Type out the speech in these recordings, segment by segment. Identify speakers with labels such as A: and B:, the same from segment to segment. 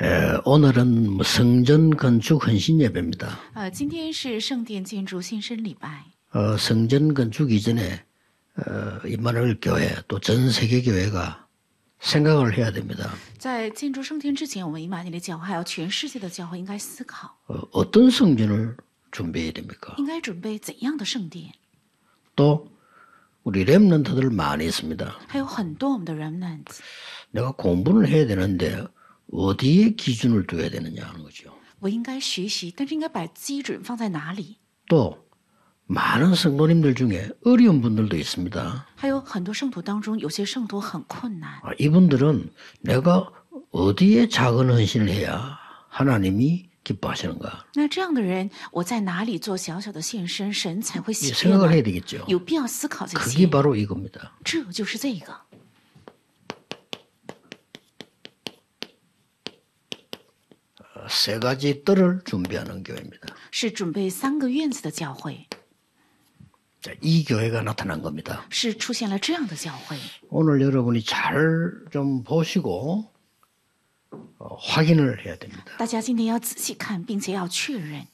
A: 에, 오늘은 뭐 성전 건축 헌신 예배입니다.
B: 呃，今天是圣殿建筑新生礼拜。
A: 어, 성전 건축 이전에 어, 임마누엘 교회 또 전 세계 교회가 생각을 해야 됩니다.
B: 在建筑圣殿之前，我们以马尼的教会还有全世界的教会应该思考，
A: 어, 떤 성전을 준비해야 됩니까?
B: 应该准备怎样的圣殿？
A: 또 우리 렘넌트들 많이 있습니다.
B: 还有很多我们的 remnant，
A: 내가 공부를 해야 되는데 어디에 기준을 두어야 되느냐 하는 거죠.
B: 我应该学习，但是应该把基准放在哪里？
A: 또 많은 성도님들 중에 어려운 분들도 있습니다.
B: 还有很多圣徒当中，有些圣徒很困难，
A: 아, 이분들은 내가 어디에 작은 헌신을 해야 하나님이 기뻐하시는가
B: 那这样的人，我在哪里做小小的献身，神才会
A: 이
B: 喜悦
A: 생각을 해야
B: 呢？
A: 되겠죠.
B: 有必要思考这
A: 그게
B: 些，
A: 바로 이겁니다.
B: 这就是这个。
A: 어, 세 가지 뜰을 준비하는 교회입니다.
B: 是准备三个院子的教会，
A: 자, 이 교회가 나타난 겁니다.
B: 是出现了这样的教会。
A: 오늘 여러분이 잘 좀 보시고 어, 확인을 해야 됩니다.
B: 大家今天要仔细看，并且要确认，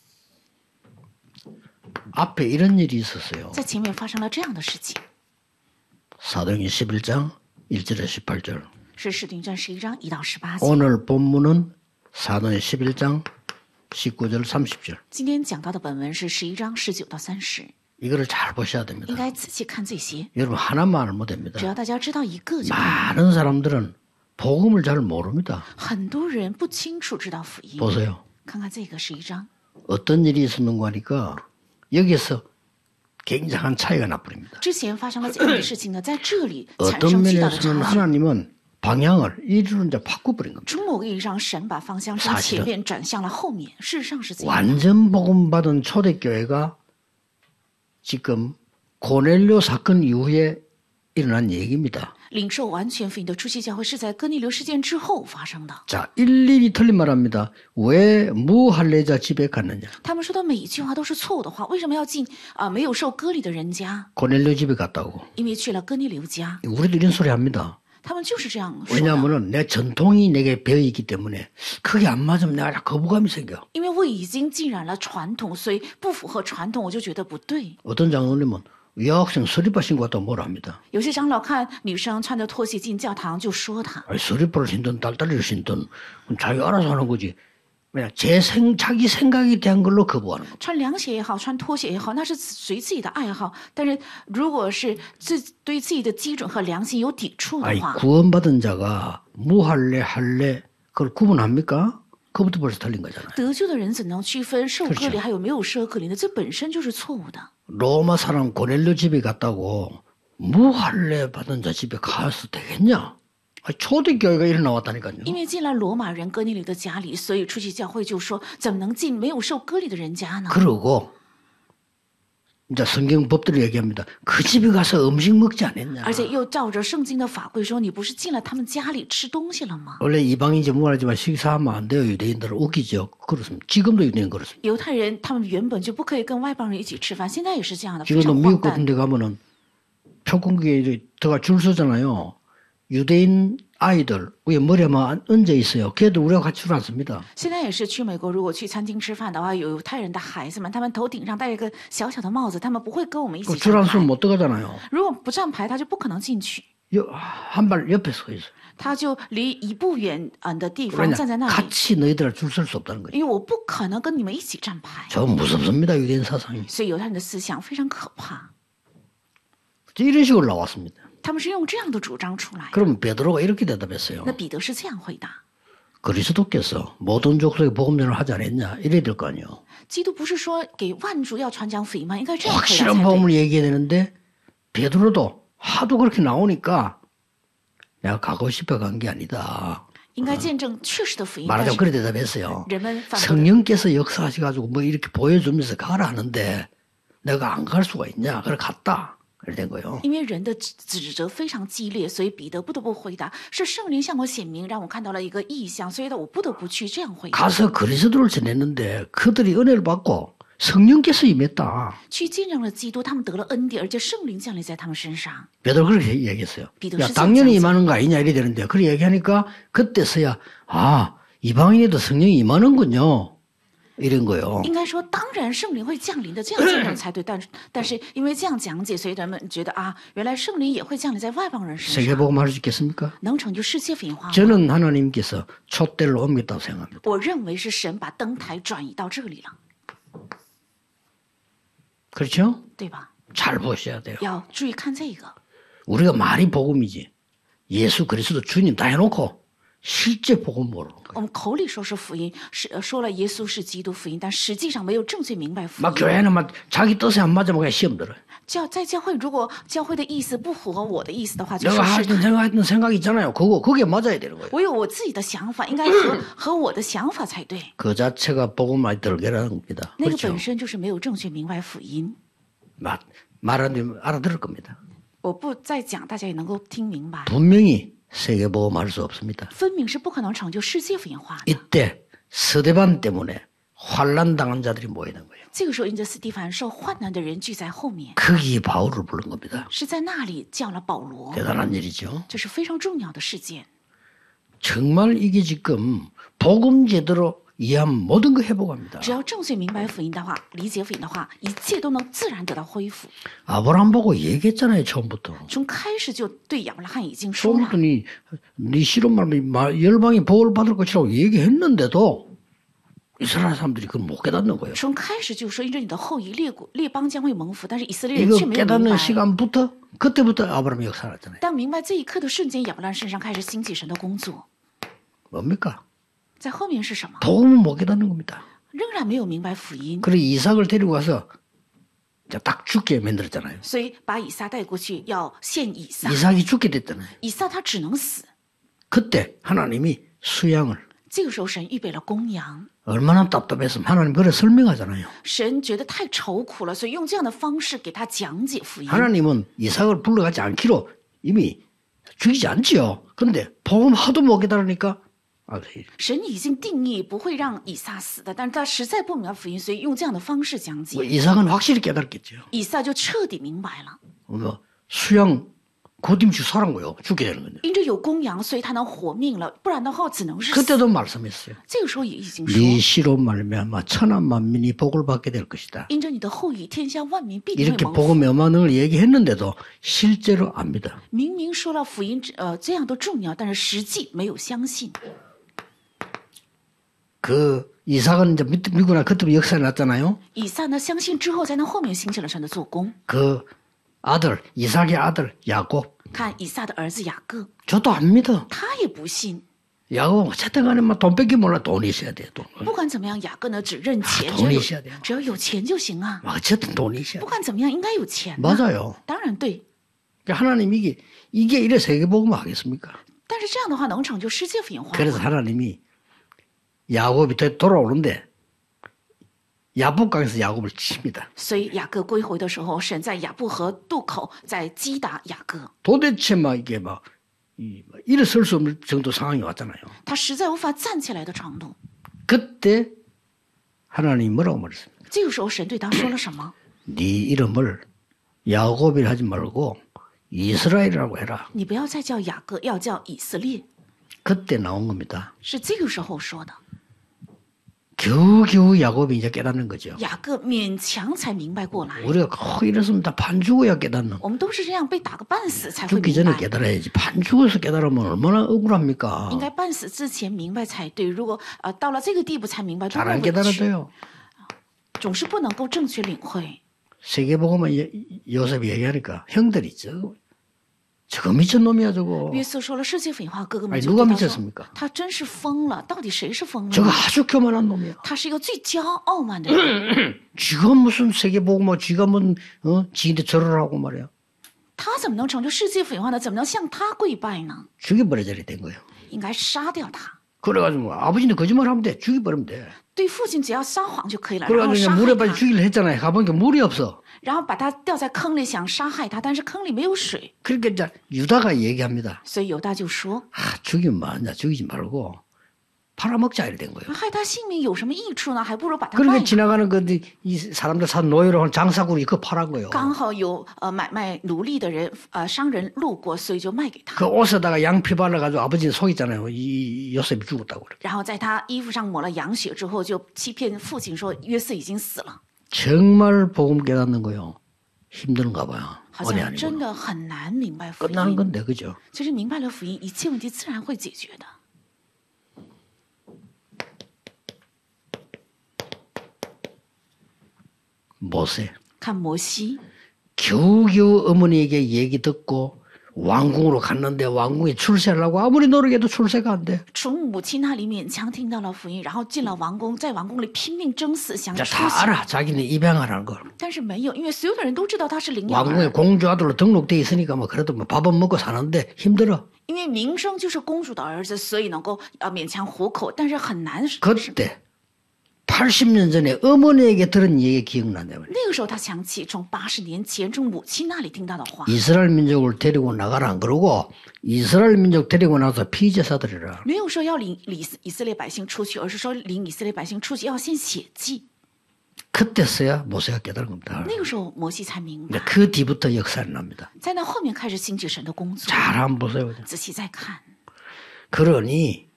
A: 앞에 이런 일이 있었어요.
B: 在前面发生了这样的事情，
A: 사도행전 11장 1절에서 18절.
B: 是《使徒行传》十一章一到十八节。
A: 오늘 본문은 사도행전 11장 19절 30절.
B: 今天讲到的本文是十一章十九到三十，
A: 이거를 잘 보셔야
B: 应
A: 됩니다.
B: 该仔细看这些。
A: 여러분 하나만 알면
B: 只
A: 됩니다.
B: 要大家知道一个就可以。
A: 많은 사람들은 복음을 잘 모릅니다.
B: 很多人不清楚知道福音，
A: 보세요.
B: 看看这个十一章，
A: 어떤 일이 있었는가 하니까 여기서 굉장한 차이가 나버립니다.
B: 之前发生了怎样的事情呢？在这里产
A: 어떤
B: 生巨呃大的
A: 면에서는
B: 差距。
A: 하나님은 방향을 이리로 이제 바꿔버린 겁니다.
B: 从某个意义上，神把方向
A: 사실은
B: 从前面转向了后面。事实上是这样，
A: 완전 복음받은 초대교회가 지금 고넬료 사건 이후에 일어난 얘기입니다.
B: 领受完全福音的初期教会是在哥尼流事件之后发生的。
A: 자, 일일이 틀린 말합니다. 왜뭐 무할례자 집에 갔느냐?
B: 他们说的每一句话都是错误的话，为什么要进啊、没有受割礼的人家？
A: 고넬료 집에 갔다고.
B: 因为去了哥尼流家，
A: 우리도 이런 소리 합니다.
B: 他们就是这样说的。
A: 왜냐하면 내 전통이 내게 배어 있기 때문에 그게 안 맞으면 내가 거부감이 생겨.
B: 因为我已经浸染了传统，所以不符合传统，我就觉得不对。
A: 어떤 장로님은 여학생 서리파 신고 왔다고 뭐라 합니다.
B: 有些长老看女生穿着拖鞋进教堂，就说她
A: 아니, 서리파를 신든 딸딸이를 신든 그건 자기 알아서 하는 거지. 그냥 제 생, 자기 생각에 대한 걸로 거부하는 겁니다.
B: 穿凉鞋也好，穿拖鞋也好，那是随自己的爱好。但是如果是自对自己的基准和良心有抵触
A: 아니,
B: 的话，
A: 구원받은 자가 뭐 무할례 할례 그걸 구분합니까? 그것부터 벌써 틀린 거잖아요.
B: 得救的人怎能区分受割
A: 是嗯
B: 礼还有没有受割礼呢？这本身就是错误的。
A: 로마 사람 고넬료 집에 갔다고 뭐 무할례 받은 자 집에 가서 되겠냐? 아니, 초대교회가 일어나왔다니까요.
B: 因为进了罗马人哥尼流的家里，所以出去教会就说怎么能进没有受割礼的人家呢？
A: 그러고 이제 성경 법대로 얘기합니다. 그 집에 가서 음식 먹지 않았냐?
B: 而且又照着圣经的法规说，你不是进了他们家里吃东西了吗？
A: 원래 이방인지 무관하지만 식사하면 안 돼요. 유대인들은 웃기죠. 그렇습니다. 지금도 유대인 그렇습니다.
B: 犹太人他们原本就不可以跟外邦人一起吃饭，现在也是这样的，非
A: 지금도
B: 常
A: 미국
B: 荒诞
A: 같은 。데 가면은 표공기에 이제 들어가 줄 서잖아요. 유대인 아이들 위에 머리에만 얹어 있어요. 걔들 우리가 같이 줄 앉습니다.
B: 现在也是去美国，如果去餐厅吃饭的话，有犹太人的孩子们，他们头顶上戴一个小小的帽子，他们不会跟我们一起
A: 그 줄
B: 站牌。
A: 앉으면 못 들어가잖아요.
B: 如果不站牌，他就不可能进去，
A: 한 발 옆에 서 있어요.
B: 他就离一步远嗯的地方站在
A: 그러냐
B: 那里，
A: 같이 너희들 줄 설 수 없다는 거죠.
B: 因为我不可能跟你们一起站牌。
A: 저 무섭습니다. 유대인 사상이.
B: 所以犹太人的思想非常可怕，
A: 이런 식으로 나왔습니다.
B: 他们是用这样的主张出来的。
A: 그럼 베드로가 이렇게 대답했어요.
B: 那彼得是这样回答：
A: 그리스도께서 모든 족속에 복음전을 하지 않았냐? 이래야 될 거 아니에요.
B: 基督不是说给万族要传讲福音吗？应该这样回答才
A: 확실한
B: 对。
A: 복음을 얘기해야 되는데 베드로도 하도 그렇게 나오니까 내가 가고 싶어 간 게 아니다.
B: 应该见证确实的福音。但
A: 말하자면
B: 是
A: 그래 대답했어요.
B: 人们反驳，
A: 성령께서 역사하셔가지고 뭐 이렇게 보여주면서 가라 하는데 내가 안 갈 수가 있냐? 그래 갔다. 그래 된 거예요.
B: 因为人的指指责非常激烈，所以彼得不得不回答：是圣灵向我显明，让我看到了一个异象，所以呢，我不得不去这样回答，
A: 가서 그리스도를 전했는데 그들이 은혜를 받고 성령께서 임했다.
B: 去见证了基督，他们得了恩典，而且圣灵降临在他们身上。
A: 베드로 그렇게 얘기했어요.
B: 베드로
A: 야,
B: 실상
A: 당연히
B: 장사.
A: 임하는 거 아니냐 이래 되는데 그렇게 얘기하니까 그때서야 아 이방인에도 성령이 임하는군요. 이런 거요.
B: 应该说，当然圣灵会降临的，这样讲人才对。但是，但是因为这样讲解，所以咱们觉得啊，原来圣灵也会降临在外邦人身上，
A: 세계복음 할 수 있겠습니까?
B: 能成就世界福音化吗。
A: 저는 하나님께서 촛대를 옮겼다고 생각합니다.
B: 我认为是神把灯台转移到这里了，
A: 그렇죠?
B: 对吧？
A: 잘 보셔야 돼요.
B: 要注意看这个。
A: 우리가 말이 복음이지. 예수 그리스도 주님 다 해놓고 실제 복음 모르는 거예요.
B: 我们口里说是福音，是呃说了耶稣是基督福音，但实际上没有正确明白福
A: 막
B: 音。
A: 교회는 막 자기 뜻에 안 맞으면 그냥 시험 들어요.
B: 教在教会，如果教会的意思不符合我的意思的话，就是
A: 내가
B: 试探
A: 하던 생각 했던 생각이 있잖아요. 그거 그게 맞아야 되는 거예요.
B: 我有我自己的想法，应该和和我的想法才对。
A: 그 자체가 복음 많이 들게라는 겁니다.
B: 那个
A: 그렇죠?
B: 本身就是没有正确明白福音。
A: 마- 말하면 알아들을 겁니다.
B: 我不再讲，大家也能够听明白。
A: 분명히 세계 복음할 수 없습니다.
B: 分明是不可能成就世界福音化的。
A: 이때 서대반 때문에 환란 당한 자들이 모이는 거예요.
B: 这个时候，因着斯蒂凡受患难的人聚在后面，
A: 거기 바울을 부른 겁니다.
B: 是在那里叫了保罗，
A: 대단한 일이죠.
B: 这是非常重要的事件。
A: 정말 이게 지금 복음 제대로 이해하면 모든 거 회복합니다.
B: 只要正确明白福音的话，理解福音的话，一切都能自然得到恢复。
A: 아브라함 보고 얘기했잖아요 처음부터.
B: 从开始就对亚伯拉罕已经说了，
A: 처음부터 네, 네 실험 말면 마- 열방이 보호를 받을 것이라고 얘기했는데도 이스라엘 사람들이 그걸 못 깨닫는 거예요.
B: 从开始就说因着你的后裔列国列邦将会蒙福，但是以色列人
A: 이거
B: 却没有明
A: 깨닫는
B: 白。
A: 시간부터 그때부터 아브라함이 역사났잖아요.
B: 当明白这一刻的瞬间，亚伯拉罕身上开始兴起神的工作。
A: 뭡니까?
B: 在后面是什么？
A: 복음은 못 깨닫는 겁니다.
B: 仍然没有明白福音，
A: 그래 이삭을 데리고 와서 이제 딱 죽게 만들었잖아요.
B: 所以把以撒带过去要献以撒。
A: 이삭이 죽게 됐잖아요.
B: 以撒他只能死。
A: 그때 하나님이 수양을
B: 这个时候，神预备了公羊。
A: 얼마나 답답했으면 하나님 그래 설명하잖아요.
B: 神觉得太愁苦了，所以用这样的方式给他讲解
A: 예.
B: 福音。
A: 하나님은 이삭을 불러가지 않기로 이미 죽이지 않지요. 근데 복음 하도 못 깨달으니까 아,
B: 神已经定义不会让以撒死的，但是他实在不明白福音，所以用这样的方式讲
A: 뭐
B: 解，
A: 이삭은 확실히 깨달겠죠.
B: 以撒就彻底明白了。
A: 뭐 수양 고딤치 사는 거요. 죽게 되는 건데.
B: 因着有公羊，所以他能活命了，不然的话只能是死。
A: 그때도 말씀했어요.
B: 这个时候也已经说，
A: 네 시로 말미암아 천한 만민이 복을 받게 될 것이다.
B: 因着你的后裔，天下万民必定
A: 이렇게
B: 会蒙福。
A: 복음의 어마능을 얘기했는데도 실제로 압니다.
B: 明明说了福音之，呃，这样都重要，但是实际没有相信。
A: 그 이삭은 이제 믿- 믿고 나 그때부터 역사 났잖아요.
B: 以撒呢，相信之后，才能后面兴起了神的做工。
A: 그 아들 이삭의 아들 야곱
B: 看以撒的儿子雅各，
A: 저도 안 믿어.
B: 他也不信。
A: 야곱 어쨌든 간에 막 돈 뺏기 몰라 돈이 있어야 돼. 돈.
B: 不管怎么样，雅各呢只认钱，
A: 啊
B: 只要
A: 同意
B: 有
A: 一下的呀
B: 只要有钱就行啊。
A: 어쨌든 돈이 있어야
B: 不
A: 돼.
B: 管怎么样，应该有钱啊呐、
A: 맞아요. 그러니까
B: 当然对，
A: 하나님 이게 이게 이래 세계복음 하겠습니까?
B: 但是这样的话能成就世界福音化吗
A: 그래서 ？ 하나님이 야곱이 되- 돌아오는데 야복강에서 야곱을 칩니다.
B: 所以雅各归回的时候，神在雅布河渡口在击打雅各，
A: 도대체 막 이게 막 이- 막 일어설 수 없는 정도 상황이 왔잖아요.
B: 他实在无法站起来的程度。
A: 그때 하나님이 뭐라고 말했습니까?
B: 这个时候，神对他说了什么？
A: 네 이름을 야곱이라 하지 말고 이스라엘이라고 해라.
B: 你不要再叫雅各，要叫以色列，
A: 그때 나온 겁니다.
B: 是这个时候说的。
A: 겨우겨우 야곱이 이제 깨닫는 거죠.
B: 雅各勉强才明白过来。
A: 우리가 거 이랬으면 다 반죽어야 깨닫는.
B: 我们都是这样被打个半死才会
A: 죽기
B: 明
A: 전에
B: 白，
A: 깨달아야지. 반죽어서 깨달으면 얼마나 억울합니까?
B: 应该半死之前明白才对。如果呃到了这个地步才明白，多
A: 잘
B: 么
A: 안
B: 委屈，
A: 깨달아져요.
B: 总是不能够正确领会。
A: 세계복음은 요- 요셉이 얘기하니까 형들이 저거, 저거 미친놈이야 저거.
B: 约瑟说了世界粉化，哥哥们
A: 哎
B: 就
A: 누가
B: 对他说
A: 믿었습니까
B: 他真是疯了，到底谁是疯了
A: 저거
B: 呢？
A: 아주 교만한 놈이야.
B: 他是一个最骄傲慢的人，
A: 쥐가 무슨 세계복음하고 뭐 쥐가 뭔 어? 지인데 절을 하고 말이야.
B: 他怎么能成就世界粉化呢？怎么能向他跪拜呢？
A: 죽여버려야 된 거예요.
B: 应该杀掉他。
A: 그래가지고 뭐 아버지는 거짓말하면 돼. 죽여버리면 돼.
B: 对父亲只要撒谎就可以了，然
A: 그래가지고
B: 后
A: 이제
B: 杀
A: 물에 빠져
B: 害他，
A: 죽이려 했잖아요. 가보니까 물이 없어.
B: 然后把他吊在坑里，想杀害他，但是坑里没有水，
A: 그러니까 이제 유다가 얘기합니다.
B: 所以犹大就说
A: 아, 죽이면 뭐하냐. 죽이지 말고 팔아먹자 이래 된 거예요.
B: 害他性命有什么益处呢？还不如把它卖
A: 그러니까
B: 了。
A: 지나가는 건데 이 사람들 산 노예로 한 장사꾼이 그거 팔은 거예요.
B: 刚好有呃买卖奴隶的人呃商人路过，所以就卖给他，
A: 그 옷에다가 양피 발라가지고 아버지 속이잖아요. 이 이 요셉이 죽었다고 그래.
B: 然后在他衣服上抹了羊血之后，就欺骗父亲说约瑟已经死了，
A: 정말 복음 깨닫는 거요. 힘든가 봐요.
B: 好
A: 은혜
B: 像
A: 아니고
B: 真的很难明白福
A: 끝나는
B: 音。
A: 건데 그죠?
B: 其实明白了福音，一切问题自然会解决的。
A: 모세
B: 看摩西，
A: 겨우겨우 어머니에게 얘기 듣고 왕궁으로 갔는데 왕궁에 출세하려고 아무리 노력해도 출세가 안 돼.
B: 从母亲那里勉强听到了福音，然后进了王宫，在王宫里拼命争死，想
A: 이제
B: 出
A: 다
B: 息，
A: 알아. 자기는 입양하라는 걸.
B: 但是没有，因为所有的人都知道他是领养儿
A: 왕궁에 ， 공주 아들로 등록돼 있으니까 뭐 그래도 뭐 밥은 먹고 사는데 힘들어.
B: 因为名声就是公主的儿子，所以能够呃勉强糊口，但是很难是
A: 그때 80년 전에 어머니에게 들은 얘기 기억난다. 그래.
B: 那个时候他想起从八十年前从母亲那里听到的话，
A: 이스라엘 민족을 데리고 나가라 안 그러고 이스라엘 민족 데리고 나서 피제 사들이라.
B: 没有说要领以以色列百姓出去，而是说领以色列百姓出去要先血祭。
A: 그때서야 모세가 깨달은 겁니다.
B: 那个时候摩西才明
A: 근데
B: 白，
A: 그 뒤부터 역사는 납니다.
B: 在那后面开始兴起神的工作。
A: 잘 한번 보세요. 그냥.
B: 仔细再看，
A: 그러니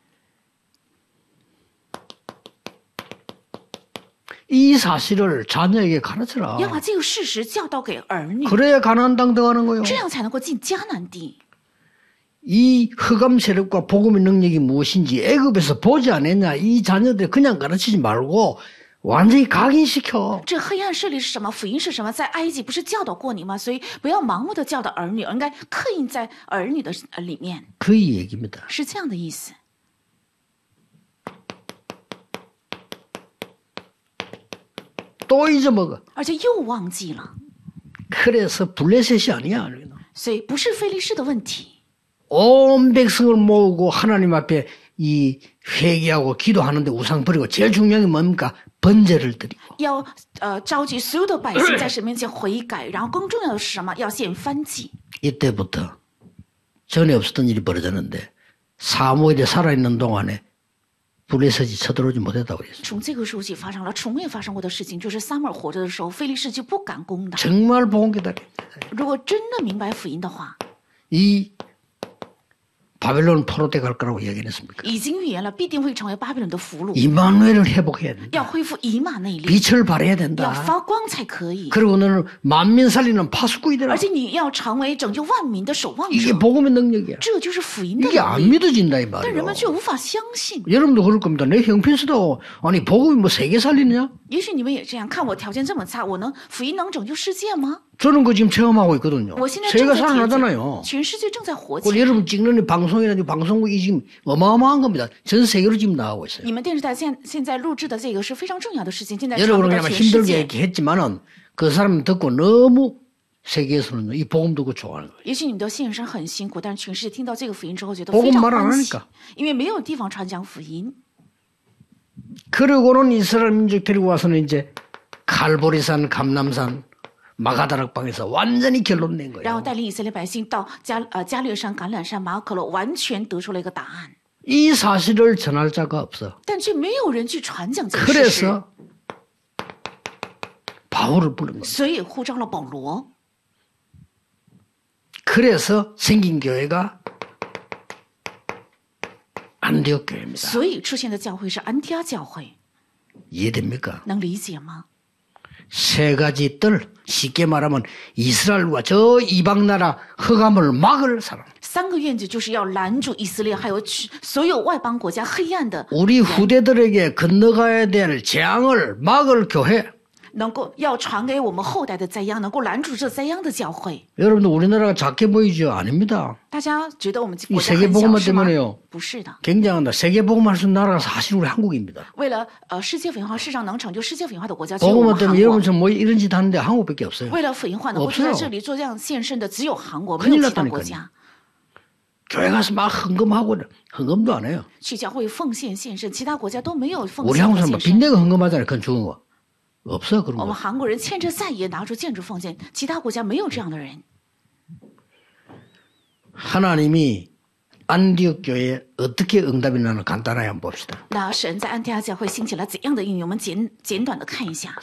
A: 이 사실을 자녀에게 가르쳐라.
B: 要把这个事实教导给儿女，
A: 그래야 가난 당당하는 거예요.
B: 这样才能够进迦南地。
A: 이 흑암 세력과 복음의 능력이 무엇인지 애급에서 보지 않았냐 이 자녀들 그냥 가르치지 말고 완전히 각인시켜
B: 这黑暗势力是什么？福音是什么？在埃及不是教导过你吗？所以不要盲目的教导儿女，而应该刻印在儿女的呃里面，
A: 그 얘기입니다
B: 是这样的意思。
A: 또 잊어먹어
B: 而且又忘记了，
A: 그래서 블레셋이 아니야
B: 所以不是非利士的问题。
A: 온 백성을 모으고 하나님 앞에 이 회개하고 기도하는데 우상 버리고 제일 중요한 게 뭡니까 번제를 드리고
B: 要呃召集所有的百姓在神面前悔改，然后更重要的是什么？要献翻祭。
A: 이때부터 전에 없었던 일이 벌어졌는데 사무엘이 살아있는 동안에 블레셋이 쳐들어오지 못했다고 했어요
B: 从这个时候起发生了从未发生过的事情，就是撒母耳活着的时候，非利士就不敢攻打。
A: 정말 복음 깨달아요
B: 如果真的明白福音的话，
A: 이 바벨론 포로 때 갈 거라고 얘기했습니까?
B: 已经预言了必定会成为巴比伦的俘虏，
A: 이만회를 회복해야 된다.
B: 要恢复以马内利，
A: 빛을 발해야
B: 要
A: 된다.
B: 发光才可以。
A: 그리고 너는 만민 살리는 파수꾼이 되라.
B: 而且你要成为拯救万民的守望
A: 이게
B: 者，
A: 복음의 능력이야.
B: 这就是福音的
A: 이게
B: 能
A: 안
B: 力。
A: 믿어진다 이
B: 但
A: 말이에요.
B: 人们却无法相信。
A: 여러분도 그럴 겁니다. 내 형편수도 아니 복음이 뭐 세계 살리느냐?
B: 也许你们也这样看我条件这么差，我能福音能拯救世界吗？
A: 저는 그 지금 체험하고 있거든요.
B: 我现在正
A: 세계가
B: 在解
A: 살아나잖아요.
B: 决，全世界正在火起
A: 그
B: 来。
A: 여러분 찍는 이 방송이나 이 방송국이 지금 어마어마한 겁니다. 전 세계로 지금 나가고 있어요.
B: 你们电视台现现在录制的这个是非常重要的事情，现在传播
A: 여러분은
B: 到
A: 그냥
B: 全世
A: 힘들게
B: 界。
A: 얘기했지만은 그 사람 듣고 너무 세계에서는 이 복음 듣고 좋아하는 거예요.
B: 也许你们的现身很辛苦，但是全世界听到这个福音之后，觉得
A: 복음
B: 非常
A: 말안
B: 欢喜
A: 하니까 ，
B: 因为没有地方传讲福音。
A: 그러고는 이스라엘 민족 데리고 와서는 이제 갈보리산, 감남산, 마가다락방에서 완전히 결론 낸
B: 然后
A: 거예요.
B: 带领以色列百姓到加呃加略山、橄榄山、马可罗，完全得出了一个答案，
A: 이 사실을 전할 자가 없어.
B: 但却没有人去传讲这个事实，
A: 그래서 바울을 부른 거예요.
B: 所以呼召了保罗。
A: 그래서 생긴 교회가 안디옥 교회입니다.
B: 所以出现的教会是安提阿教会，
A: 이해됩니까?
B: 能理解吗？
A: 세 가지 뜰 쉽게 말하면 이스라엘과 저 이방 나라 흑암을 막을 사람.
B: 三个愿景就是要拦住以色列，还有去所有外邦国家黑暗的
A: 우리 후대들에게 건너가야 될 재앙을 막을 교회.
B: 能够要传给我们后代的灾殃，能够拦住这灾殃的教会。
A: 여러분들 우리나라가 작게 보이죠? 아닙니다.
B: 大家觉得我们
A: 이
B: 国家很
A: 세계복음화
B: 小是吗？
A: 때문에요.
B: 不是的，
A: 굉장합니다. 세계복음화 할수 있는 나라가 사실 우리 한국입니다.
B: 为了呃世界文化世上能成就世界文化的国家，只有我
A: 복음화
B: 们
A: 때문에
B: 韩国。
A: 여러분처럼 뭐 이런 짓 하는데 한국밖에 없어요.
B: 为了福音化能
A: 我
B: 够
A: 不
B: 住在
A: 知道
B: 这里做这样献身的只有韩国，没有其他国家。
A: 교회 가서 막 헌금하고 헌금도 안 해요.
B: 去教会奉献献身，其他国家都没有奉
A: 우리
B: 献
A: 한국
B: 和
A: 사람
B: 献
A: 막
B: 身。
A: 빈대가 헌금하잖아요. 그건 죽은 거. 없어요. 그런
B: 我
A: 거
B: 们韩国人欠着债也拿出建筑奉献，其他国家没有这样的人。
A: 하나님이 안디옥 교회에 어떻게 응답이 나는 간단하게 한번 봅시다.
B: 那神在安提阿教会兴起了怎样的应用？我们简简短的看一下。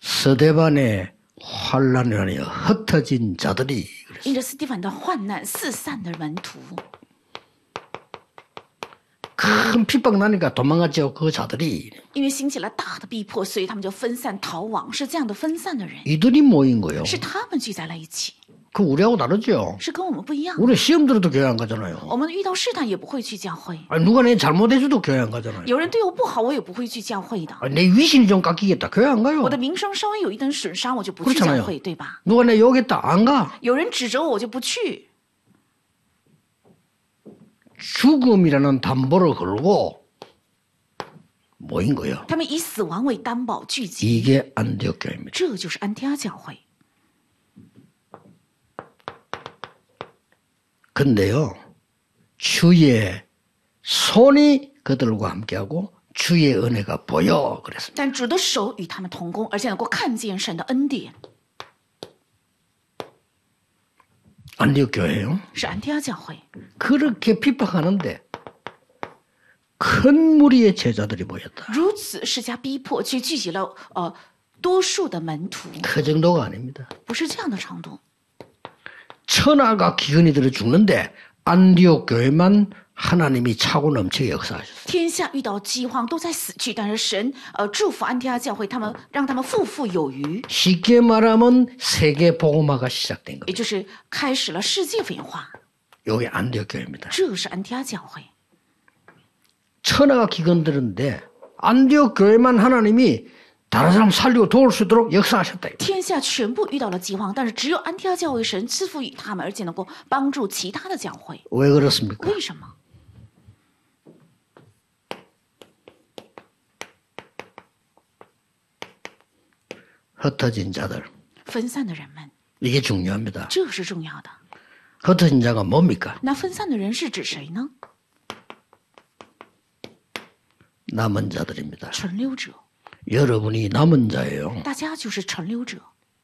A: 서대반의 환란을 하여 흩어진 자들이
B: 因着斯蒂凡的患难，四散的门徒，
A: 큰 핍박 나니까 도망갔죠. 그 자들이
B: 因为兴起了大的逼迫，所以他们就分散逃亡。是这样的分散的人，
A: 이들이 모인 거예요.
B: 是他们聚在了一起，
A: 그 우리하고 다르죠.
B: 是跟我们不一样。
A: 우리 시험 들어도 교회 안 가잖아요.
B: 我们遇到试探也不会去教会，
A: 아니, 누가 내 잘못해줘도 교회 안 가잖아요.
B: 有人对我不好，我也不会去教会的。
A: 아니, 내 위신이 좀 깎이겠다. 교회 안 가요.
B: 我的名声稍微有一点损伤，我就不去
A: 그렇잖아요
B: 教会，对吧？
A: 누가 내 욕했다. 안 가.
B: 有人指责我，我就不去。
A: 죽음이라는 담보를 걸고 모인 거예요.
B: 他们以死亡为担保聚集，
A: 이게 안디옥 교회입니다.
B: 这就是安提阿教会。
A: 근데요. 주의 손이 그들과 함께하고 주의 은혜가 보여. 그래서
B: 但主的手与他们同工，而且能够看见神的恩典，
A: 안디옥 교회예요.
B: 是安提阿教会。
A: 그렇게 핍박하는데 큰 무리의 제자들이 모였다.
B: 如此施加逼迫，却聚集了呃多数的门徒，
A: 그 정도가 아닙니다.
B: 不是这样的程度。
A: 천하가 기근이 들어 죽는데 안디옥 교회만 하나님이 차고 넘치게 역사하셨어요.
B: 天下遇到饥荒都在死去，但是神呃祝福安提阿教会，他们让他们富富有余，
A: 쉽게 말하면 세계 복음화가 시작된
B: 也
A: 겁니다.
B: 就是开始了世界文化。
A: 여기 안디옥 교회입니다.
B: 这是安提阿教会，
A: 천하가 기근 들었는데 안디옥 교회만 하나님이 다른 사람 살리고 도울 수 있도록 역사하셨다.
B: 天下全部遇到了饥荒，但是只有安提阿教会神赐福于他们，而且能够帮助其他的教会。
A: 왜 그렇습니까?
B: 为什么？
A: 흩어진 자들.
B: 分散的人们，
A: 이게 중요합니다.
B: 这是重要的。
A: 흩어진 자가 뭡니까?
B: 那分散的人是指谁呢？
A: 남은 자들입니다.
B: 存留者，
A: 여러분이 남은 자예요.
B: 大家就是存留者。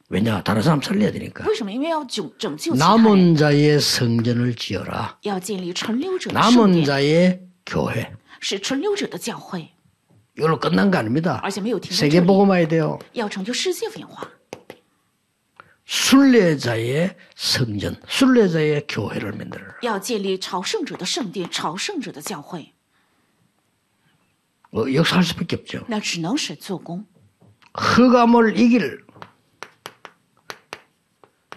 A: 왜냐? 다른 사람 살려야 되니까.
B: 为什么？因为要拯拯救其他人，
A: 남은 자의 성전을 지어라.
B: 要建立存留者的圣
A: 남은
B: 殿，
A: 자의 교회.
B: 使存留者的教会，
A: 이걸로 끝난 거 아닙니다.
B: 而且没有停在这
A: 세계
B: 里，
A: 복음화에 돼요.
B: 要成就世界文化，
A: 순례자의 성전, 순례자의 교회를 만들어라.
B: 要建立朝圣者的圣殿，朝圣者的教会，
A: 어, 역사할 수밖에 없죠.
B: 那只能神做工，
A: 흑암을 이길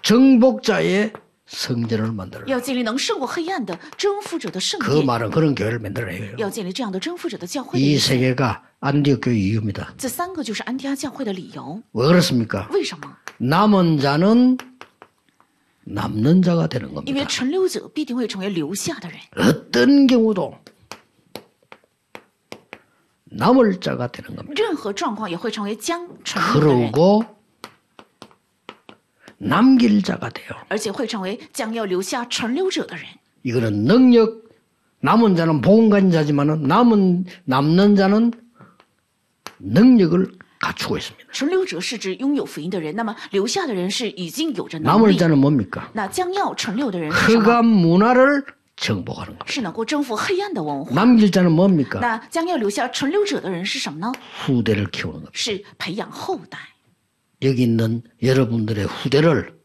A: 정복자의 성전을 만들어라.
B: 要建立能胜过黑暗的征服者的圣
A: 그
B: 殿，
A: 말은 그런 교회를 만들어요.
B: 要建立这样的征服者的教会的
A: 이
B: 意思。
A: 세계가 안디옥 교회 이유입니다.
B: 这三个就是安提阿教会的理由。
A: 왜 그렇습니까?
B: 为什么？
A: 남은 자는 남는 자가 되는
B: 因为
A: 겁니다.
B: 存留者必定会成为留下的人，
A: 어떤 경우도 남을 자가 되는 겁니다.
B: 任何状况也会成为将存留的人，
A: 그러고 남길 자가 돼요.
B: 而且会成为将要留下存留者的人。
A: 이거는 능력 남은 자는 보험가진 자지만은 남은 남는 자는 능력을 갖추고 있습니다.
B: 存留者是指拥有福音的人，那么留下的人是已经有着能
A: 남을
B: 力。
A: 자는 뭡니까?
B: 那将要存留的人是什么？
A: 흑암 문화를 정복하는 겁니다.
B: 是能够征服黑暗的文化。
A: 남길 자는 뭡니까?
B: 那将要留下存留者的人是什么呢？
A: 후대를 키우는 겁니다.
B: 是培养后代，
A: 여기 있는 여러분들의 후대를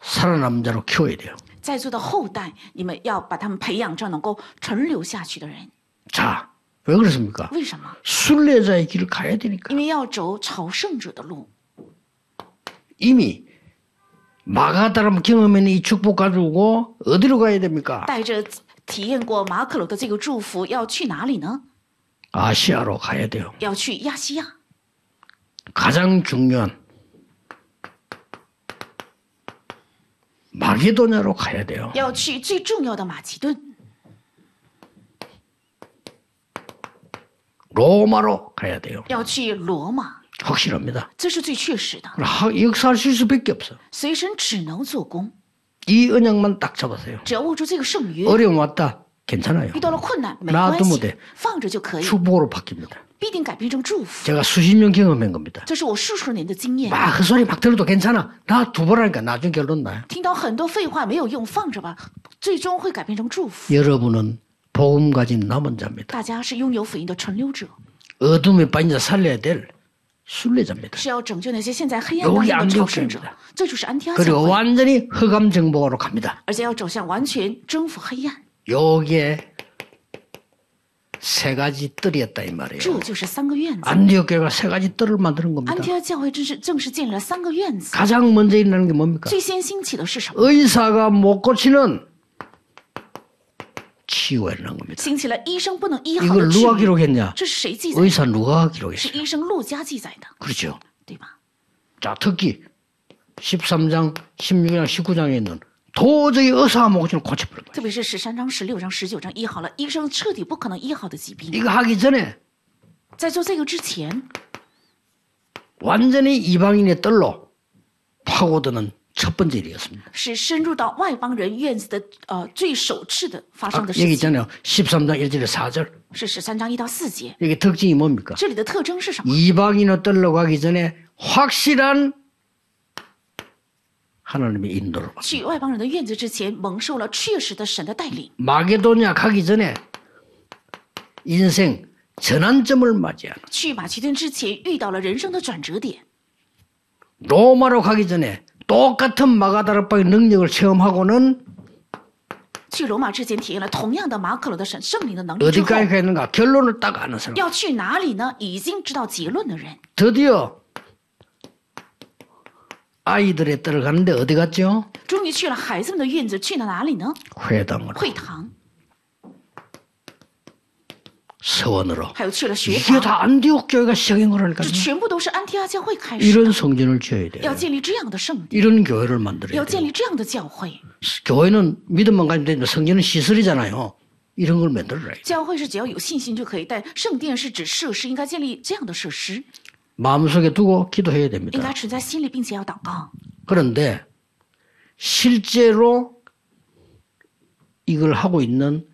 A: 살아남은 자로 키워야 돼요.
B: 在座的后代，你们要把他们培养成能够存留下去的人。
A: 자, 왜 그렇습니까?
B: 为什么？
A: 순례자의 길을 가야
B: 因
A: 되니까.
B: 为要走朝圣者的路。
A: 이미 마가다람 경험에는 이 축복 가지고 어디로 가야 됩니까?
B: 带着体验过马可罗的这个祝福，要去哪里呢？
A: 아시아로 가야 돼요.
B: 要去亚细亚，
A: 가장 중요한 마게도냐로 가야 돼요.
B: 要去最重要的马其顿，
A: 로마로 가야 돼요.
B: 要去罗马，
A: 확실합니다.
B: 这是最确实的。
A: 하- 역사할 수밖에 없어요.
B: 随身只能做工，
A: 이 언약만 딱 잡으세요.
B: 只要握住这个圣约，
A: 哦 어려움 왔다. 괜찮아요.
B: 遇到了困难没
A: 那
B: 关
A: 这么
B: 系
A: 的，
B: 放着就可以，
A: 축복으로 바뀝니다.
B: 必定改变成祝福。
A: 제가 수십 년 경험한 겁니다.
B: 这是我数十年的经验，
A: 막 그 소리 막 들어도 괜찮아. 나 두 번 하니까 나중 결론 나요.
B: 听到很多废话没有用，放着吧，最终会改变成祝福。
A: 여러분은 복음 가진 남은 자입니다.
B: 大家是拥有福音的存留者，
A: 어둠에 빠진 자 살려야 될 순례자입니다.
B: 是要拯救那些现在黑暗当中的朝圣者
A: 여기안디옥교회입니다 ，
B: 这就是安提阿教
A: 그리고
B: 会，
A: 완전히 허감 정복으로 갑니다.
B: 而且要走向完全征服黑暗。
A: 요게 세 가지 뜰이었다 이 말이에요.
B: 这就是三个院子。
A: 안디옥 교회가 세 가지 뜰을 만드는
B: 安
A: 겁니다.
B: 提阿教会正是正式建立了三个院子。
A: 가장 먼저 일어나는 게 뭡니까?
B: 最先兴起的是什么？
A: 의사가 못 고치는 치유가 일어난 겁니다.
B: 兴起了医生不能医好
A: 이걸
B: 的
A: 누가
B: 治愈。
A: 기록했냐?
B: 这是谁记载的？
A: 의사 누가
B: 是
A: 기록했어요?
B: 医生陆家记载的，
A: 그렇죠.
B: 对吧？
A: 자, 특히 13장, 16장, 19장에 있는 도저히 의사가 못 고치는 고쳐버린 거예요.
B: 特别是十三章、十六章、十九章医好了医生彻底不可能医好的疾病，
A: 이거 하기 전에
B: 在做这个之前，
A: 완전히 이방인의 뜰로 파고드는 첫 번째 일이었습니다.
B: 是深入到外邦人院子的呃最首次的发
A: 아,
B: 生的事
A: 여기
B: 情，
A: 있잖아요. 13장 1절에 4절.
B: 是十三章一到四节。
A: 이게 특징이 뭡니까?
B: 这里的特征是什么？
A: 이방인의 뜰로 가기 전에 확실한 하나님의 인도를 받습니다.
B: 去外邦人的院子之前，蒙受了确实的神的带领。
A: 마게도냐 가기 전에 인생 전환점을 맞이하는
B: 去马其顿之前，遇到了人生的转折点。
A: 로마로 가기 전에 똑같은 마가다라빠의 능력을 체험하고는
B: 去罗马之前体验了同样的马可罗的神圣灵的能力之后，
A: 어디까지 가는가 결론을 딱 아는 사람
B: 要去哪里呢？已经知道结论的人，
A: 드디어 아이들의 뜰을 가는데 어디 갔죠?
B: 终于去了孩子们的院子，去了哪里呢？
A: 회당으로
B: 会堂，
A: 서원으로
B: 还有去了学
A: 이게
B: 堂，
A: 다 안디옥 교회가 시작인 거라니까요
B: 这全部都是安提阿教会开始，
A: 이런 성전을 지어야 돼요
B: 要建立这样的圣地，
A: 이런 교회를
B: 要
A: 만들어야 돼요
B: 建立这样的教会。
A: 교회는 믿음만 가지면 되는데 성전은 시설이잖아요 이런 걸 만들어야 돼요
B: 教会是只要有信心就可以，但圣殿是指设施，应该建立这样的设施，
A: 마음속에 두고 기도해야
B: 应
A: 됩니다.
B: 该存在心里，并且要祷告。
A: 그런데 실제로 이걸 하고 있는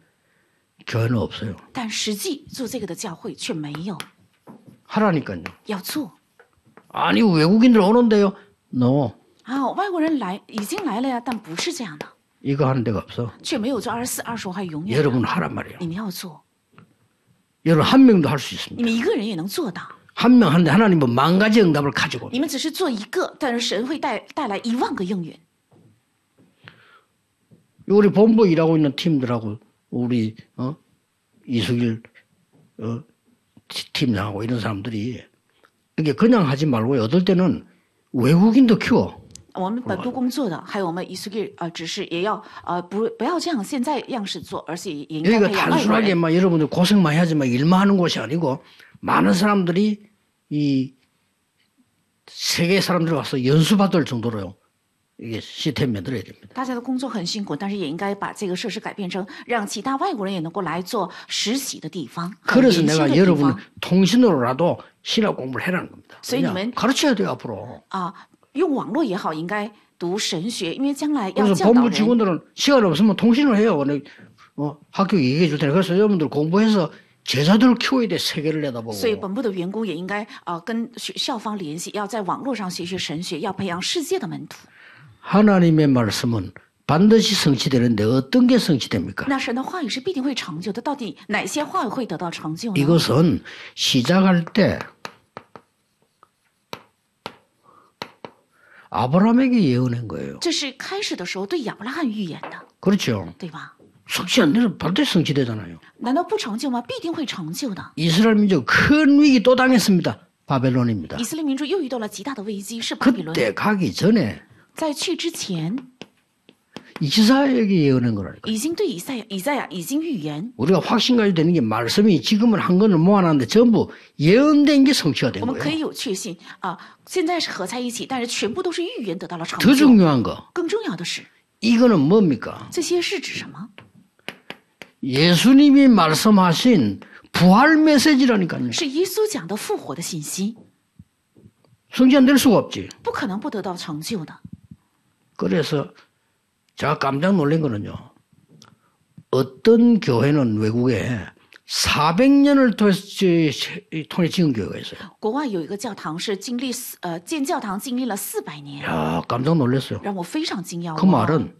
A: 교회는 없어요.
B: 但实际做这个的教会却没有
A: 하라니까요.
B: 要做
A: 아니 외국인들 오는데요. no.
B: 啊！外国人来已经来了呀，但不是这样的，
A: 이거 하는 데가 없어.
B: 却没有做二十四、二十五还有永远的。
A: 여러분 하란 말이에요.
B: 你们要做，
A: 여러분 한 명도 할 수 있습니다.
B: 你们一个人也能做到。
A: 한 명 하는데 하나님은 만 가지 응답을 가지고
B: 你们只是做一个，但是神会带带来一万个应允。
A: 우리 본부 일하고 있는 팀들하고 우리 어? 이수길 어? 티- 팀장하고 이런 사람들이 이게 그냥 하지 말고 어떨 때는 외국인도 키워
B: 我们本部工作的，还有我们以色列呃，只是也要呃，不不要这样现在样式做，而是也应该
A: 여기가
B: 培养外国
A: 단순하게
B: 人。
A: 막 여러분들 고생 많이 하지만 일만 하는 곳이 아니고 많은 사람들이 이 세계 사람들이 와서 연수받을 정도로요 이게 시스템 만들어야 됩니다.
B: 大家的工作很辛苦，但是也应该把这个设施改变成让其他外国人也能够来做实习的地方，很年
A: 그래서
B: 轻的
A: 내가
B: 地
A: 여러분을
B: 方
A: 통신으로라도 신학 공부를 해라는 겁니다.
B: 선생님은-
A: 그냥 가르쳐야 돼요 앞으로.
B: 啊。用网络也好，应该读神学，因为将来要
A: 그래서
B: 教导
A: 본부
B: 人。
A: 직원들은 시간 없으면 통신을 해요. 근데 어, 학교 얘기해 줄 테니까. 그래서 여러분들 공부해서 제자들을 키워야 돼. 세계를 내다보고.
B: 所以本部的员工也应该啊、呃跟学校方联系，要在网络上学学神学，要培养世界的门徒。
A: 하나님의 말씀은 반드시 성취되는데 어떤 게 성취됩니까?
B: 那神的话语是必定会成就的。到底哪些话语会得到成就呢？
A: 이것은 시작할 때 아브라함에게 예언한 거예요.
B: 这是开始的时候对亚伯拉罕预言的，
A: 그렇죠.
B: 对吧？
A: 성취 안 되면 반드시 성취되잖아요.
B: 难道不成就吗？必定会成就的。
A: 이스라엘 민족 큰 위기 또 당했습니다. 바벨론입니다.
B: 以色列民族又遇到了极大的危机，是巴比伦。
A: 그때 가기 전에
B: 在去之前，
A: 이사에게 예언한 거라니까.
B: 已经对以赛亚、以赛亚已经预言，
A: 우리가 확신 가지고 되는 게 말씀이 지금은 한 권을 모아놨는데 전부 예언된 게 성취가 된
B: 我们可
A: 거예요.
B: 以有确信啊、现在是合在一起，但是全部都是预言得到了成
A: 더
B: 就。
A: 중요한 거
B: 更重要的是，
A: 이거는 뭡니까?
B: 这些是指什么？
A: 예수님이 말씀하신 부활 메시지라니까요.
B: 是耶稣讲的复活的信息，
A: 성취 안 될 수가 없지.
B: 不可能不得到成就的。
A: 그래서 제가 깜짝 놀란 거는요. 어떤 교회는 외국에 400년을 통해, 통해 지은 교회가 있어요.
B: 国外有一个教堂是经历四呃建教堂经历了四百年，
A: 야 깜짝 놀랐어요.
B: 让我非常惊讶。
A: 그
B: 哇
A: 말은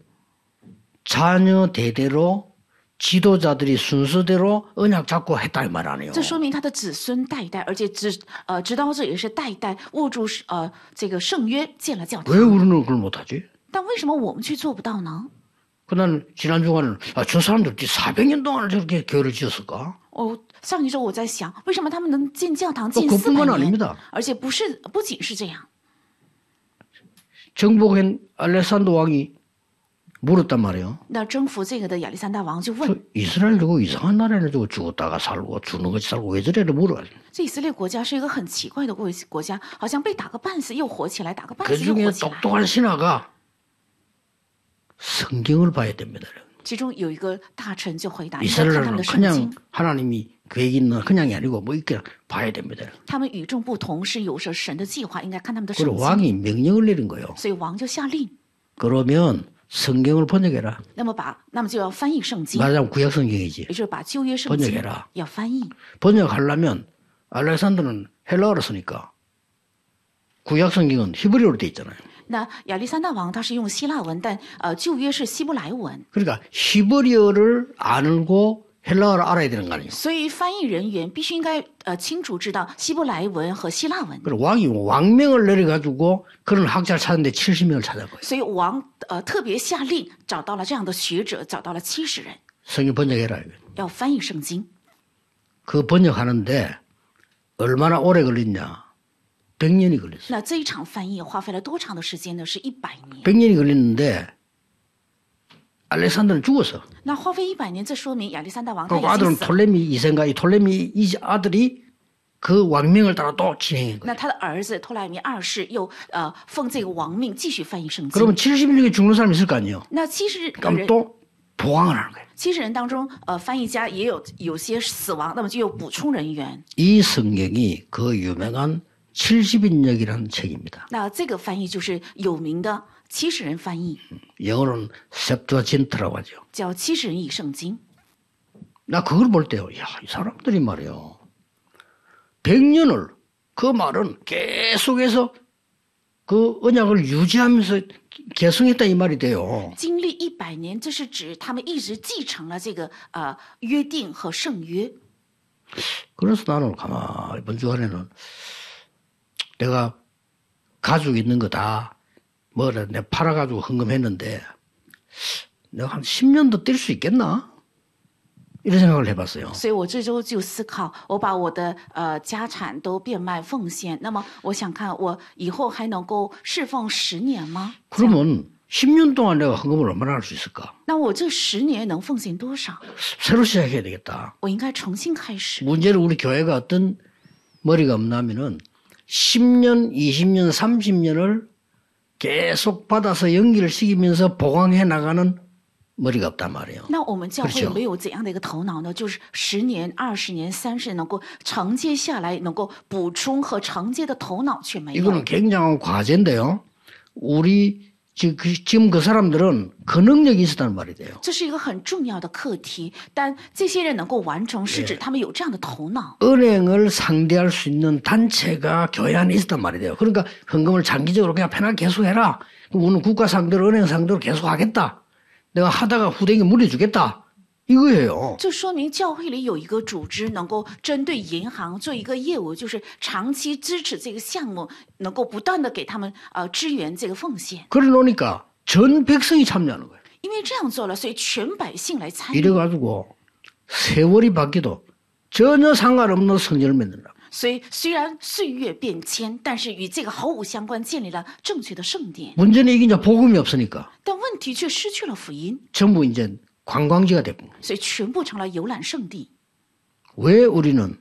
A: 자녀 대대로 지도자들이 순서대로 언약 잡고 했다 이 말 아니에요.
B: 这说明他的子孙代代，而且直呃直到这也是代代握住呃这个圣约建了教
A: 왜
B: 堂。
A: 우리는 그걸 못하지?
B: 但为什么我们却做不到呢？
A: 그날 지난 주간은 아, 저 사람들 어떻게 400년 동안 저렇게 교회를 지었을까?
B: 哦，上一周我在想，为什么他们能建教堂
A: 또
B: 建四百
A: 그뿐만
B: 年，
A: 아닙니다.
B: 而且不是不仅是这样，
A: 정복한 알렉산더 왕이 물었단 말이에요.
B: 那征服这个的亚历山大王就
A: 저
B: 问：
A: 이스라엘 누구 이상한 나라에 누구 죽었다가 살고 죽는 것이 살고 왜 저래를 물어.
B: 这以色列国家是一个很奇怪的国国家，好像被打个半死又火起来，打个半
A: 그
B: 死又火
A: 중에
B: 起来。
A: 똑똑한 신하가 성경을 봐야 됩니다.
B: 其中有一个大臣就回答：“应该啊看他
A: 이스라엘은
B: 们的圣
A: 그냥
B: 经，
A: 하나님이 계획이 있는 그냥이 아니고 뭐 이렇게 봐야 됩니다.
B: 他们与众不同，是有着神的计划，应该看他们的圣
A: 그리고
B: 经。
A: 왕이 명령을 내린 거예요. ”
B: 所以王就下令，
A: 그러면 성경을 번역해라.
B: 那么把那么就要翻译圣经，也
A: 말하자면 구약 성경이지.
B: 就是把旧约圣经
A: 번역해라
B: 要翻译。
A: 번역하려면 알렉산더는 헬라어로 쓰니까 구약 성경은 히브리어로 돼 있잖아요.
B: 那亚历山大王他是用希腊文，但呃旧约是希伯来文，
A: 그러니까 히브리어를 알고 헬라어를 알아야 되는 거 아니에요.
B: 所以翻译人员必须应该呃清楚知道希伯来文和希腊文。
A: 그리고 왕이 왕명을 내려가지고 그런 학자를 찾는데 70명을 찾은 거예요.
B: 所以王呃特别下令找到了这样的学者，找到了七十人，
A: 성경 번역해라. 이거.
B: 要翻译圣经。
A: 그 번역하는데 얼마나 오래 걸렸냐. 100년이 걸렸어요.
B: 那这一场翻译花费了多长的时间呢？是一百年。
A: 100년이 걸렸는데 알렉산더는 죽었어.
B: 那花费一百年，这说明亚历山大王他
A: 그
B: 已经
A: 아들은
B: 死了。
A: 톨레미 2세인가 이 톨레미 이 아들이 그 왕명을 따라 또 진행한 거예요.
B: 那他的儿子托莱米二世又呃奉这个王命继续翻译圣经。
A: 그러면 70명이 죽는 사람이 있을 거 아니에요.
B: 那七十个
A: 그럼
B: 人，
A: 또 보강을 하는 거예요.
B: 七十人当中，呃，翻译家也有有些死亡，那么就有补充人员。
A: 이 성경이 그 유명한 70인역이라는 책입니다.
B: 那这个翻译就是有名的七十人翻译，
A: 영어로는 셉트와진트라고 하죠.
B: 叫七十人译圣经。
A: 나 그걸 볼 때요. 야, 이 사람들이 말이요. 100년을 그 말은 계속해서 그 언약을 유지하면서 계승했다 이 말이 돼요.
B: 经历一百年，这是指他们一直继承了这个呃约定和圣约。
A: 그래서 나는 가만 이번 주간에는 내가 가지고 있는 거 다 뭐래 내 팔아 가지고 헌금했는데 내가 한 10년 더 뛸 수 있겠나? 이런 생각을 해봤어요.
B: 所以我这周就思考，我把我的呃家产都变卖奉献，那么我想看我以后还能够侍奉十年吗？
A: 그러면 10년 동안 내가 헌금을 얼마나 할 수 있을까?
B: 那我这十年能奉献多少？
A: 새로 시작해야 되겠다.
B: 我应该重新开始。
A: 문제는 우리 교회가 어떤 머리가 없나면은 10년, 20년, 30년을 계속 받아서 연기를 시키면서 보강해 나가는 머리가 없단 말이에요.
B: 那我们教
A: 不是这
B: 会有
A: 样
B: 没有怎样的一个头脑呢？就是十年、二十年、三十能够承接下来，能够补充和承接的头脑却没有
A: 이거는 。 굉장한 과제인데요. 우리 지- 그- 지금 그 사람들은 그 능력이 있었단 말이 돼요.
B: 这是一个很重要的课题，但这些人能够完成，是指他们有这样的头脑。
A: 은행을 상대할 수 있는 단체가 교회 안에 있었단 말이 돼요. 그러니까 헌금을 장기적으로 그냥 편하게 계속해라. 그럼 우리는 국가 상대로 은행 상대로 계속 하겠다. 내가 하다가 후대에게 물려주겠다. 이거예요.
B: 这说明教会里有一个组织能够针对银行做一个业务，就是长期支持这个项目，能够不断的给他们呃支援这个奉献。
A: 그래 놓으니까 전 백성이 참여하는 거예요.
B: 因为这样做了，所以全百姓来参
A: 嗯
B: 与，
A: 이래가지고 세월이 바뀌도 전혀 상관없는 성전을 만든다.
B: 所以虽然岁月变迁，但是与这个毫无相关，建立了正确的圣殿。
A: 문제는 이게 이제 복음이 없으니까
B: 但问题却失去了福音，
A: 전부 이제 관광지가 됐고.
B: 所以全部成了游览圣地。
A: 왜 우리는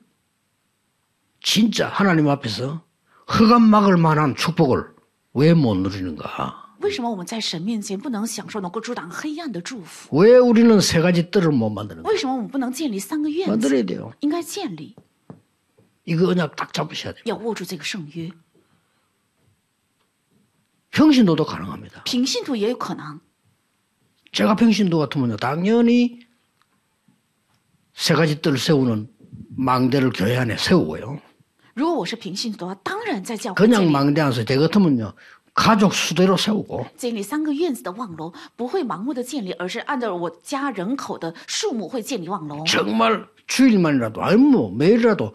A: 진짜 하나님 앞에서 허감 막을 만한 축복을 왜 못 누리는가?
B: 为什么我们在神面前不能享受能够阻挡黑暗的祝福？
A: 왜 우리는 세 가지 뜰을 못 만드는가?
B: 为什么我们不能建立三个院子？
A: 만들어야 돼요.
B: 应该建立，
A: 이거 언약 딱 잡으셔야 돼요.
B: 要握住这个圣约。
A: 평신도도 가능합니다.
B: 平信徒也有可能，
A: 제가 평신도 같으면 당연히 세 가지 뜰 세우는 망대를 교회 안에 세우고요.
B: 如果我是平信徒的话，当然在教会建
A: 그냥
B: 立
A: 망대 안 세워. 되 같으면요. 가족 수대로 세우고
B: 建立三个院子的望楼，不会盲目的建立，而是按照我家人口的数目会建立望楼。
A: 정말 주일만이라도 아니 뭐 매일이라도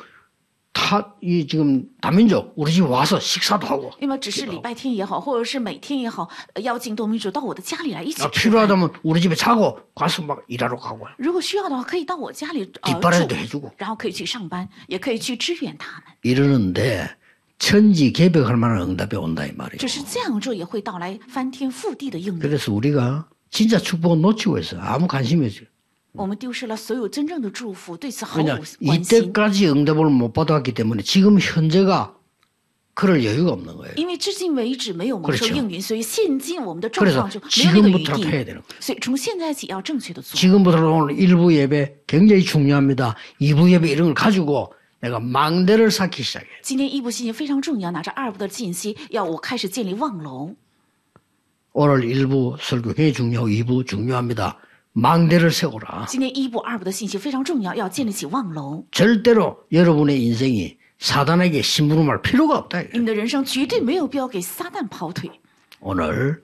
A: 다 이 지금 다민족 우리 집 와서 식사도 하고
B: 那么只是礼拜天也好，或者是每天也好，呃邀请多民主到我的家里来一起
A: 아,
B: 吃饭。
A: 필요하다면 우리 집에 자고 가서 막 일하러 가고
B: 如果需要的话，可以到我家里呃住
A: 뒷바라지도 ， 해주고
B: 然后可以去上班，也可以去支援他们。
A: 이러는데 천지 개벽할 만한 응답이 온다 이 말이에요.
B: 只是这样做也会到来翻天覆地的应允。
A: 그래서 우리가 진짜 축복은 놓치고 있어. 아무 관심이 없어.
B: 我们丢失了所有真正的祝福，对此毫无
A: 왜냐
B: 关心，
A: 이때까지 응답을 못 받아왔기 때문에 지금 현재가 그럴 여유가 없는 거예요.
B: 因为至今为止没有蒙受
A: 그렇죠
B: 应允，所以现今我们的状
A: 그래서
B: 况就没有那个余
A: 지금부터
B: 地。
A: 해야 되는 거예요.
B: 所以从现在起要正确的做。
A: 지금부터 오늘 1부 예배 굉장히 중요합니다. 2부 예배 이런 걸 가지고 내가 망대를 쌓기 시작해.
B: 今天一部信息非常重要，拿着二部的信息，要我开始建立望楼。
A: 오늘 1부 설교 굉장히 중요하고 2부 중요합니다. 망대를 세우라.
B: 今天一部、二部的信息非常重要，要建立起望楼。
A: 절대로 여러분의 인생이 사단에게 심부름할 필요가 없다.
B: 你们的人生绝对没有必要给撒旦跑腿。
A: 오늘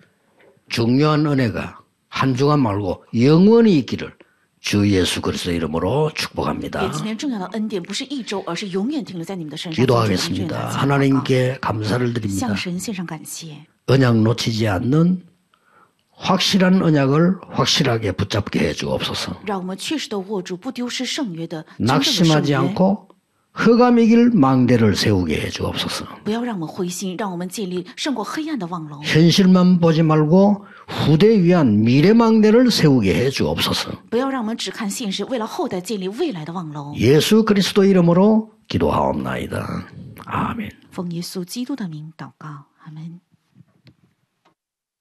A: 중요한 은혜가 한 주간 말고 영원히 있기를 주 예수 그리스도 이름으로
B: 也
A: 축복합니다.
B: 今天重要的恩典不是一周，而是永远停留在你们的身上。奉主的名
A: 기도하겠습니다.
B: 祷告
A: 하나님께 감사를 드립니다.
B: 向神献上感谢，
A: 언약 놓치지 않는 확실한 언약을 확실하게 붙잡게 해주옵소서.
B: 让我们确实的握住，不丢失圣约的真正的圣
A: 낙심하지
B: 约。
A: 않고 허감이길 망대를 세우게 해주옵소서.
B: 不要让我们灰心，让我们建立胜过黑暗的望楼。
A: 현실만 보지 말고 후대 위한 미래 망대를 세우게 해주옵소서.
B: 不要让我们只看现实，为了后代建立未来的望楼。
A: 예수 그리스도 이름으로 기도하옵나이다. 아멘.
B: 奉耶稣基督的名祷告，阿门。